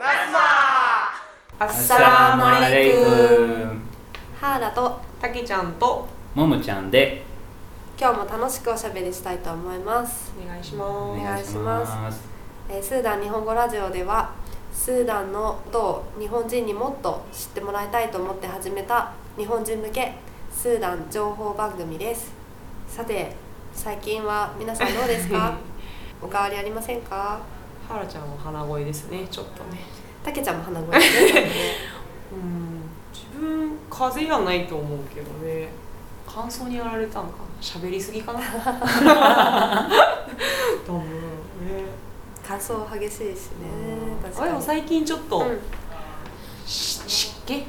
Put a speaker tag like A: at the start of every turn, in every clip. A: アッ
B: サ
A: サラ
B: ラ
A: ー
B: マ
A: マ
B: レ
A: レイク
B: イク
A: ハーラと
C: たけちゃんと
B: ももちゃんで
A: 今日も楽しくおしゃべりしたいと思います、
C: お願いしま
B: お
C: す。
B: 願いします
A: えースーダン日本語ラジオではスーダンのことを日本人にもっと知ってもらいたいと思って始めた日本人向けスーダン情報番組ですさて最近は皆さんどうです かおかわりありませんか
C: はらちゃんは鼻声ですね、ちょっとね。
A: たけちゃんも鼻声ですね
C: うん、自分風邪はないと思うけどね。乾燥にやられたのかな、喋りすぎか な。だもんね。
A: 乾燥激しいしね確
C: あ
A: か
C: で
A: に
C: も最近ちょっと、
A: うん
C: し湿気、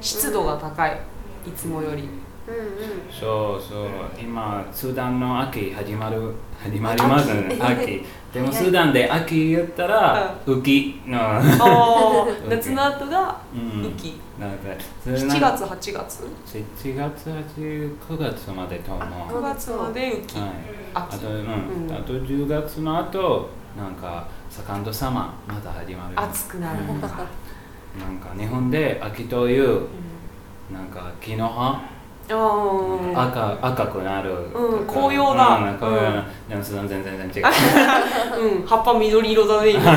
C: 湿度が高い、いつもより。
A: うんうん
B: そうそう今スーダンの秋始まる始まりますね
A: 秋
B: 秋でもスーダンで秋言ったら浮きの
C: ああ、夏の後が
B: うん
C: 雨季。
B: なんか
C: 7月、8月、
B: 7月8 9月までと思う
C: 9月まで雨季。
B: はい、あ
C: 秋
B: と、うん
C: うん
B: あと10月の後なんかセカンドサマーまた始まる
C: 暑くなる
B: うんなんか日本で秋というなんか木の葉
C: あ
B: 赤赤くなる、
C: うん紅葉だ
B: うん、紅葉
C: う
B: だでもスーダン全然違う
C: あ、うん、葉っぱ緑色だね、今。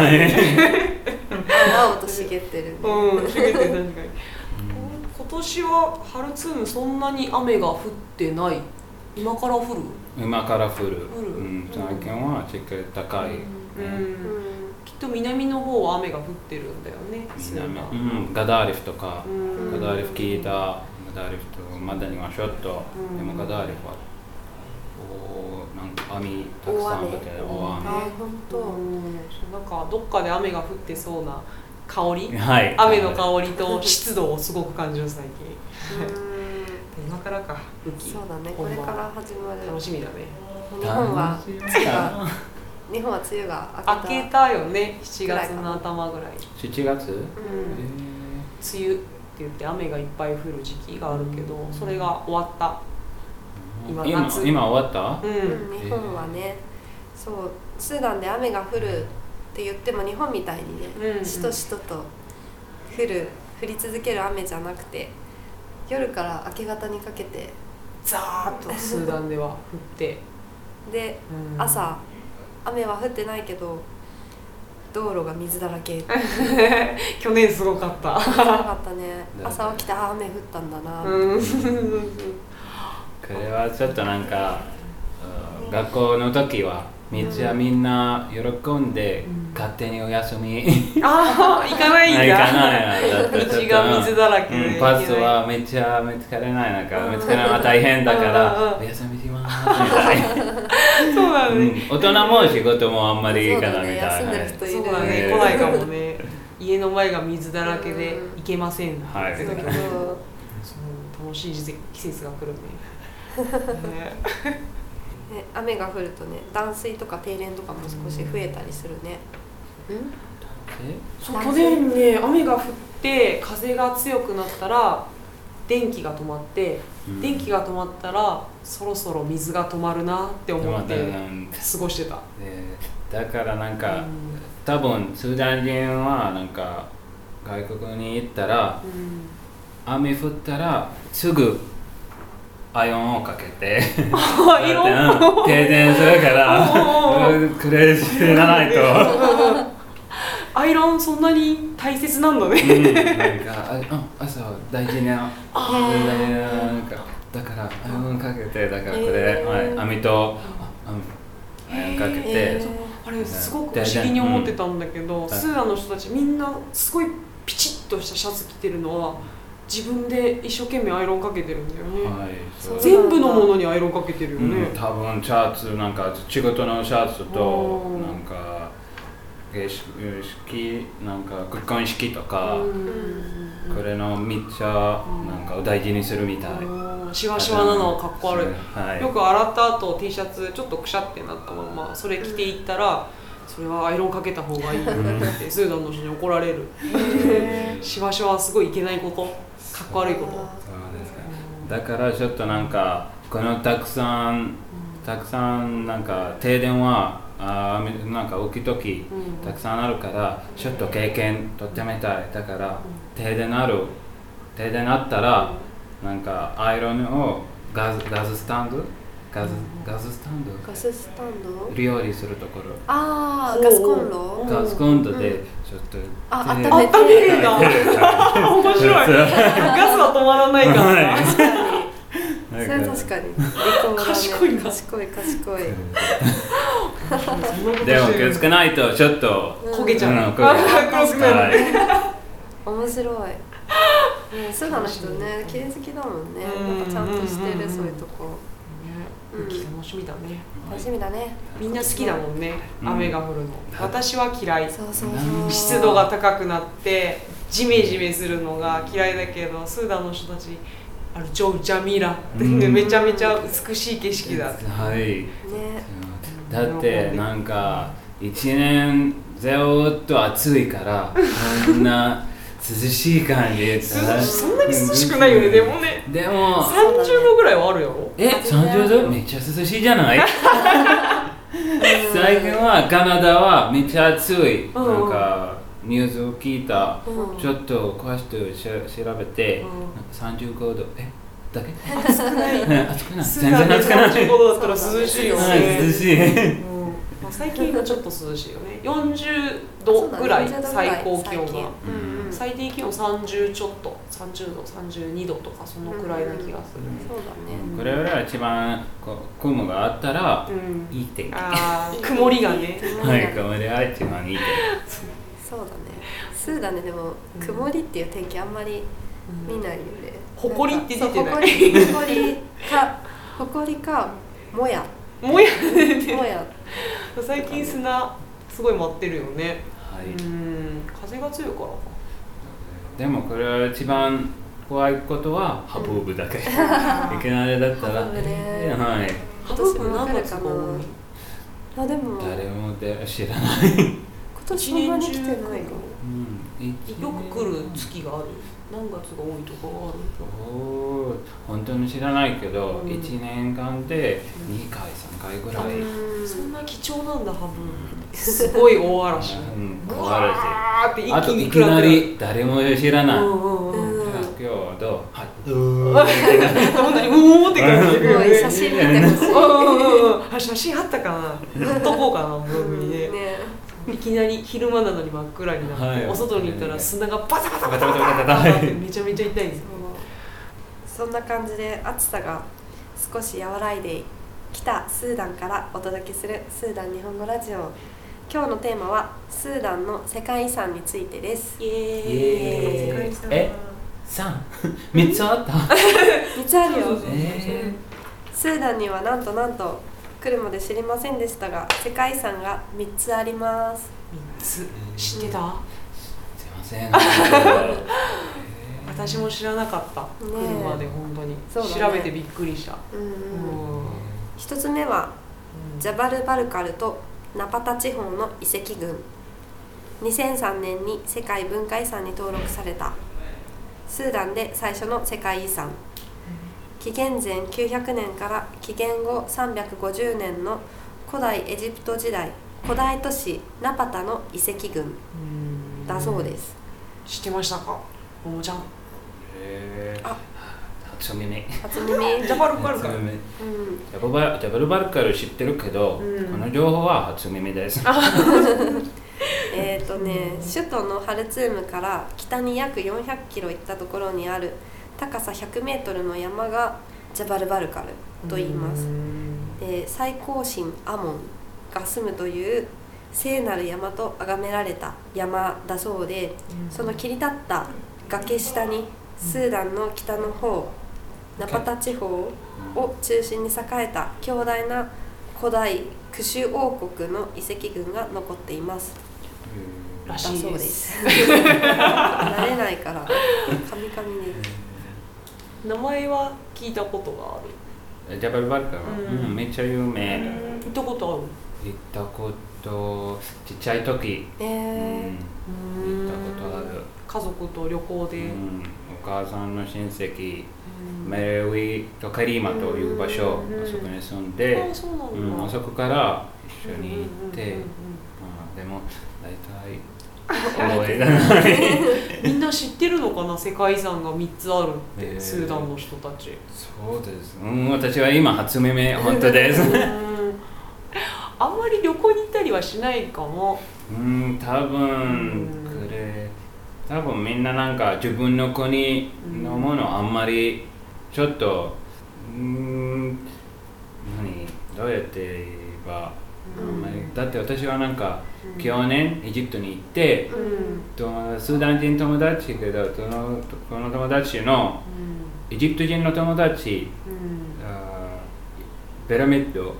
A: 青と茂ってるね、
C: うん、確かに確かに。今年はハルツームそんなに雨が降ってない。今から降る。
B: 今から降る、
C: 降る
B: うん、最近は地球高
C: う。
B: い、
A: うんん
C: きっと南の方は雨が降ってるんだよね。
B: 南うん、ガダーリフとか、
C: うん
B: ガダーリフ聞いたガダーリフとまだにはちょっと、
C: うん
B: でもガダーリフはおーなんか網たくさん降って
C: 大
B: 大
C: 雨
B: 雨
A: あ本当、
C: うん。 なんかどっかで雨が降ってそうな香り。
B: はい
C: 雨の香りと湿度をすごく感じる最近。
A: うん
C: 今からか。雨季
A: そうだねこれから始まる
C: 楽しみだね。
A: 日本は
B: 楽しみ
A: 梅雨が日本は梅雨が明けた
C: 開けたよね。7月の頭ぐらい。
B: 7月、
A: うん
B: え
C: 梅雨って言って雨がいっぱい降る時期があるけど、それが終わった。
B: ー
C: 今
B: 今
C: 夏
B: 今終わった、
C: う
A: うん日本はねそうスーダンで雨が降るって言っても日本みたいにね、
C: うんうん
A: しとしとと降る降り続ける雨じゃなくて夜から明け方にかけて
C: ザーッとスーダンでは降って、
A: で
C: うん
A: 朝雨は降ってないけど道路が水だら け
C: 去年すごかった
A: すごかったね
B: ね
A: 朝起きてあー雨降ったんだな、
C: うん
B: これはちょっとなんか、うん学校の時はめっちゃみんな喜んで、
C: うん
B: 勝手にお休み、
C: ああ 行かないんだ
B: 行か ないなだってちょっと
C: 道が水だらけで
B: うんパスはめっちゃ見つかれないなんか
A: うん
B: 見つかれない大変だから
C: うん
B: お休みしますみたい な、
C: そうだ
B: うん
C: ね、
B: 大人も仕事もあんまりいい
A: そう
B: か
A: だ
B: らみ
A: ね
B: たい
A: 休ん
B: な
A: でる人いる
C: そう
A: ね
C: だね
B: ね
C: 来ないかもね家の前が水だらけで
A: うん
C: 行けませんって
B: はい
C: 時も
A: だけど
C: うん楽しい季節が来るねね
A: ね、雨が降るとね断水とか停電とかも少し増えたりするね、
C: そう去年ね雨が降って風が強くなったら電気が止まって、
B: うん
C: 電気が止まったらそろそろ水が止まるなって
B: えで
C: 思
B: も
C: って
B: だうん
C: 過ごしてた、
B: えーだからなんか、
C: うん
B: 多分スーダン人はなんか外国に行ったら雨降ったらすぐアイオンをかけて
C: あいろんな
B: うん停電するから
C: おー
B: うんクレージーなないと、
C: アイロンそんなに大切なんだね
B: うん、なんかあうん朝大事なうん大事ななんかだからアイオンかけてだからこれ、
A: えー
B: はい、網とあうんアイオンかけて、
A: えー
B: そう
C: あれすごく不思議に思ってたんだけど、スーダンの人たちみんなすごいピチッとしたシャツ着てるのは自分で一生懸命アイロンかけてるんだよね、
B: はいそう
A: ぜ
C: 全部のものにアイロンかけてるよね、
B: うん、多分シャツなんか仕事のシャツと
C: おー
B: なんか儀式なんか結婚式とか、
C: うん
B: これのめっちゃ
C: うん
B: なんかお大事にするみたい、
C: うんシワシワなのかっこ悪い、
B: はい
C: よく洗った後 T シャツちょっとくしゃってなったままそれ着ていったら、それはアイロンかけた方がいいよってスーダンの人に怒られるシワシワはすごいいけないことかっこ悪いこと
B: そうですかだからちょっとなんかこのたくさんたくさんなんか停電はあー雨なんか浮き時
C: うん
B: たくさんあるからちょっと経験とってみたいだから停電ある停電あったらなんかアイロンをガスガススタンドガスガススタン
A: ガ
B: ド
A: ススタンド
B: 料理するところ
A: あ
C: ほ
A: あ
C: う
A: ガスコン
C: う
A: ロ
C: ん
B: ガスコンロでちょっと
A: あ
B: 停
A: 温めて
C: 温めるんだ
B: はい
C: 面白いガスは止まらないから
B: はい
C: な
B: なん
A: 確かにそれ
B: か
A: は確かに理想だ ね
C: 賢いな
A: 賢い賢い
C: そんなことしてる
B: でも気づかないとちょっと
A: うん
C: 焦げちゃう、
B: うん焦げち
A: ゃ
C: あ黒
A: う
C: くなる、
B: は
A: 面白いねスーダンの人ね綺麗好きだもんね
C: うん
A: なんかちゃんとし
C: う
A: て
C: んうんう
A: る
C: ん
A: そういうとこうん
C: ね楽しみだね
A: 楽しみだね
C: みんな好きだもんね、
B: うん
C: 雨が降るの私は嫌い
A: そうそうそう
B: 何
C: 湿度が高くなってジメジメするのが嫌いだけどスーダンの人たちあのジョージャミラって、ね
B: うん
C: めちゃめちゃ美しい景色だって
B: はい
A: ね
B: だってなんか一年ずっと暑いからこんな涼しい感じで
C: 涼しそんなに涼しくないよねでもね
B: でも
A: うだね
C: 30度ぐらいはあるやろ
B: え30度めっちゃ涼しいじゃない最近はカナダはめっちゃ暑い、
C: うん
B: なんかニュースを聞いた、
A: うん
B: ちょっと詳しくし調べて、
C: うん
B: 35度えだ け
C: 暑くない
B: ね暑くない
C: ス
B: 全
C: ーダンで
B: 然暑くない
C: 35度だったら涼しいよ
B: はい
C: ね
B: 涼しい
C: うんまあ最近はちょっと涼しいよね40度ぐらい
A: そうだね40度
C: 最高気温
A: ぐらい最近
C: が
A: うんうんそう
C: 最低気温30ちょっと30度32度とかそのくらいな気がする、
A: だ
B: これは一番こう雲があったら
C: うん
B: いい天気
C: あー
A: ね
C: 曇りがね
B: はい
A: 曇りが
B: これは一番いい天
A: そうだねスーダンねでも
C: うん
A: 曇りっていう天気あんまり見ないよね
C: 埃って出てない
A: んかそう埃埃か 埃かも や
C: もや
A: もや
C: 最近砂すごい舞ってるよねう
B: 気はい
C: ん風が強いからか
B: でもこれは一番怖いことはハブーブだけいきなりだったら
A: ハブーブね
B: はい
C: 私
A: 今年
C: も
A: もわ
C: 何
A: かる
C: 月
A: か
C: か
A: なあでも
B: 誰
A: 今
B: も知らない、
A: 年そんなに来てないか
C: よ
B: うん
C: よく来る月がある何月が多いとかがある
B: おー本当に知らないけど、
C: うん
B: 一1年間で2回3回ぐらい、
A: うん
C: そんな貴重なんだハブすごい大嵐
B: うん
C: ぐ
B: 大嵐
C: わーって
B: あ
C: 一
B: と
C: 気
B: い
C: に
B: きな
C: る
B: り誰も知ら
C: うん
B: ない、
C: うんうん
A: うん
B: 今日はどうはいう
C: 本当にうおーって感じ
A: すごい写真見てほしい
C: うんうんうんあ写真あったかな撮っとこうかなブログにね
A: ね
C: いきなり昼間なのに真っ暗になって、
B: はい
C: お外に行ったら砂がバタバタバタ
B: バタバタバタ
C: バ
B: バ
C: タ
B: タ
C: ってめちゃめちゃ痛いんですよ
A: そんな感じで暑さが少し和らいできたスーダンからお届けするスーダン日本語ラジオ今日のテーマはスーダンの世界遺産についてです
C: イエー
B: イエー
C: イ
B: イえ三三つあった
A: 三つあるよ
B: え
A: スーダンにはなんとなんと来るまで知りませんでしたが世界遺産が三つあります
C: 3つ知ってた
B: すいません
C: 私も知らなかった
A: え
C: 車で本当に、
A: そうだ
C: 調
A: ね
C: べてびっくりした
A: うん
C: う
A: うん
C: ん
A: 一つ目はジ
C: じゃ
A: ャバルバルカルとナパタ地方の遺跡群2003年に世界文化遺産に登録されたスーダンで最初の世界遺産紀元前900年から紀元後350年の古代エジプト時代古代都市ナパタの遺跡群だそうです
C: す知ってましたかももちゃん
B: え
A: あ
B: 初耳
A: 初耳
C: ジャパルカルから
B: 初耳
A: うん
B: ジャババジャバルバルカル知ってるけど、
C: うん
B: この情報は初耳です
A: えっ、とね首都のハルツームから北に約400キロ行ったところにある高さ100メートルの山がジャバルバルカルと言います
C: うん
A: で最高神アモンが住むという聖なる山と崇められた山だそうでその切り立った崖下にスーダンの北の方ナパタ地方を中心に栄えた強大な古代クシュ王国の遺跡群が残っています
C: ら
A: だ
C: しい
A: そう
C: で
A: ですす慣れないからカミカミで
C: 名前は聞いたことがある
B: ジャバルバルカルは、
C: うん
B: うんめっちゃ有名、
C: 行ったこと
B: 行ったことちっちゃい時、
A: え
B: う
A: ー
C: ある
B: ん行ったことある、
C: 家族と旅行で
B: うん、母さんの親戚、メルウィとカリーマという場所、
A: うん
B: あそこに住ん
C: あ
B: で、
C: ーそうなんだ、
B: うん、あそこから一緒に行って、
C: うんうんうん
B: まあ、でも 大体覚えがない
C: うんみんな知ってるのかな世界遺産が3つあるって、
B: えー
C: スーダンの人たち
B: そうです、うん、私は今初耳本当です
C: うんあんまり旅行に行ったりはしないかも
B: うん多分
C: うん
B: これ多分みんななんか自分の国のものあんまりちょっとうん何どうやって言えばあんまりだって私はなんか
C: うん
B: 去年エジプトに行って
C: うん
B: 友達スーダン人友達けどそのこの友達のエジプト人の友達
C: うんうん
B: あーベラミッド
C: うん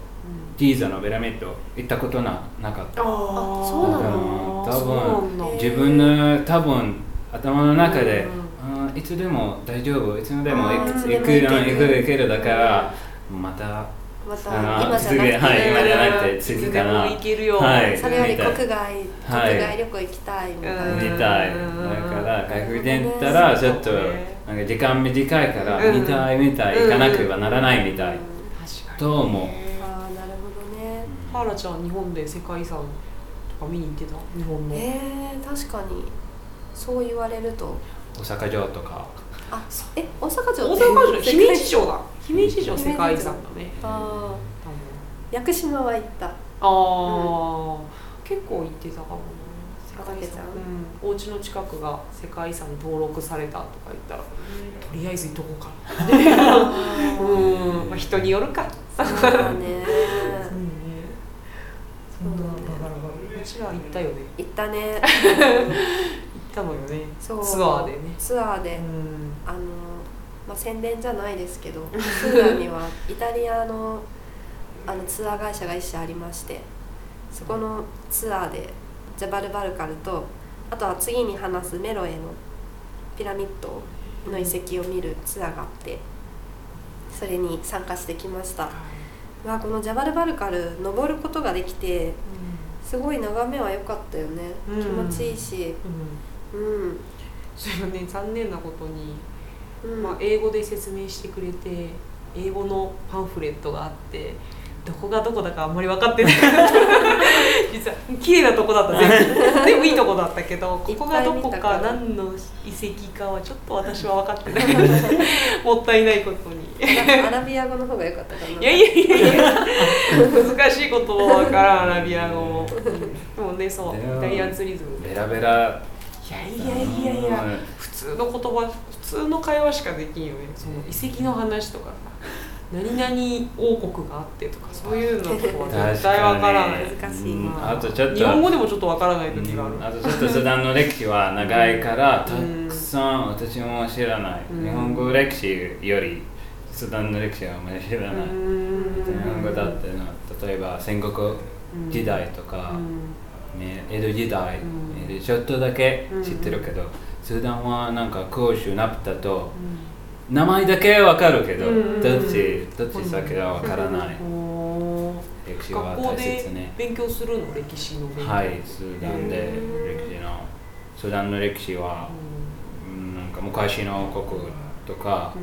B: ギザのベラミッド行ったことななかった
C: あー
A: そうな
B: の
C: あーそうなんだ
A: 多分
B: 自分の多分頭の中で
C: うん、
B: あーいつでも大丈夫いつでも
A: あ
B: 行
A: ー
B: く
A: いつで
B: 行
A: も
B: く
A: 行ける
B: 行く行けるだからまた
A: また
B: あの
A: 今じゃ
B: 次
A: なくて、
B: はい今じゃなくて
C: うん
B: 次かない
C: つでも行けるよ、
B: はい
A: それより
B: みたい
A: 国外
B: はい
A: 国外旅行行きたいみたいな、
C: うん
B: 見たいだから外国で行ったらちょっと
C: そう
B: なんか時間短いから
C: うん
B: 見たい見たい
C: うん
B: 行かなければならないみたい
C: 確かに
B: と思う
A: ああなるほどね
C: ハラちゃん日本で世界遺産とか見に行ってた日本の、
A: えー、確かにそう言われると
B: 大阪城とか
A: あえ大阪城
C: 大阪城
A: 世界
C: 姫路城だ姫路城世界遺産だね
A: あ
C: 多分
A: ー屋久島は行った
C: ああ、結構行ってたかもな世界遺
A: 博士ち
C: 産
A: ゃ
C: う
A: ん、
C: ん、お家の近くが世界遺産に登録されたとか言ったらとりあえず行っとこうかな
A: そう
C: うん、まあ、人によるか
A: だね
C: うんねそんなバカなうちら行ったよね
A: 行ったね
C: 行ったのよねツア
A: そう
C: ーでね
A: ツアーで、
C: うん
A: あのまあ宣伝じゃないですけどスーダンにはイタリアのあのツアー会社が一社ありましてそこのツアーでジャバルバルカルとあとは次に話すメロエのピラミッドの遺跡を見るツアーがあってそれに参加してきました、まあ、このジャバルバルカル登ることができてすごい眺めは良かったよね、
C: うん
A: 気持ちいいし
C: うん
A: うん
C: それがね残念なことに、
A: うん、
C: まあ、英語で説明してくれて英語のパンフレットがあってどこがどこだかあんまり分か ってない実は綺麗なとこだった全部全部いいとこだったけどここがどこ
A: いっぱい
C: か
A: 見たから
C: 何の遺跡かはちょっと私は分かってない もったいないことに
A: アラビア語の方が良かったかない
C: やいやいやいや難しい言葉だからアラビア語 もでもねそうイタリアンツーリズム
B: ベラベラ
C: いやいやいやいや普通の言葉普通の会話しかできんよねその遺跡の話とかさ何々王国があってとかそういうのとかは
B: 確
C: 絶対わからない
B: に
A: 難しい
B: うん
C: ま
B: あとちょっと
C: 日本語でもちょっとわからない時がある、
B: うんあとちょっとスダンの歴史は長いからた
C: うん
B: くさん私も知らない、
C: うん
B: 日本語歴史よりスダンの歴史はあんまり知らない、日本語だってのは例えば戦国時代とか、ね、江戸時代、
C: う
B: ちょっとだけ知ってるけど、スダンはなんか杭州ナプタと名前だけわかるけど、
C: うん
B: どっちどっち先はわからない、歴史は
C: 学校
B: 大
C: で
B: 切ね
C: 勉強するの歴史の勉強
B: はいスーダンで歴史のスーダンの歴史はうんなんか昔の国とか
C: う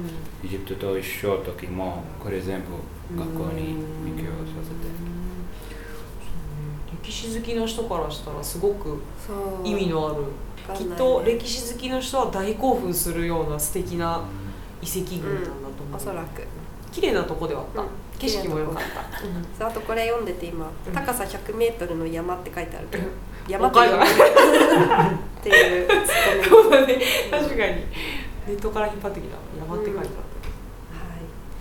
C: ん
B: エジプトと一緒の時もこれ全部学校に勉強させて
C: 歴史好きの人からしたらすごく
A: そう
C: 意味のある
A: わか
C: きっ
A: んないね
C: と歴史好きの人は大興奮するような素敵な遺跡群なんだと思う、
A: おそらく
C: 綺麗なとこではあった、
A: うん
C: 景色も良かった、
A: そうあとこれ読んでて今
C: うん
A: 高さ 100m の山って書いてあるけど山
C: わ
A: って
C: かる
A: 読むっていうツッコ ミ
C: そうだね確かにネットから引っ張ってきた山って書いてあったけ
A: はい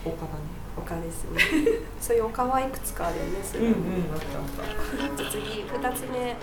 C: ど丘だね
A: 丘ですねそういう丘はいくつかあるよねそれ
C: あったあった
A: じゃあ次2つ目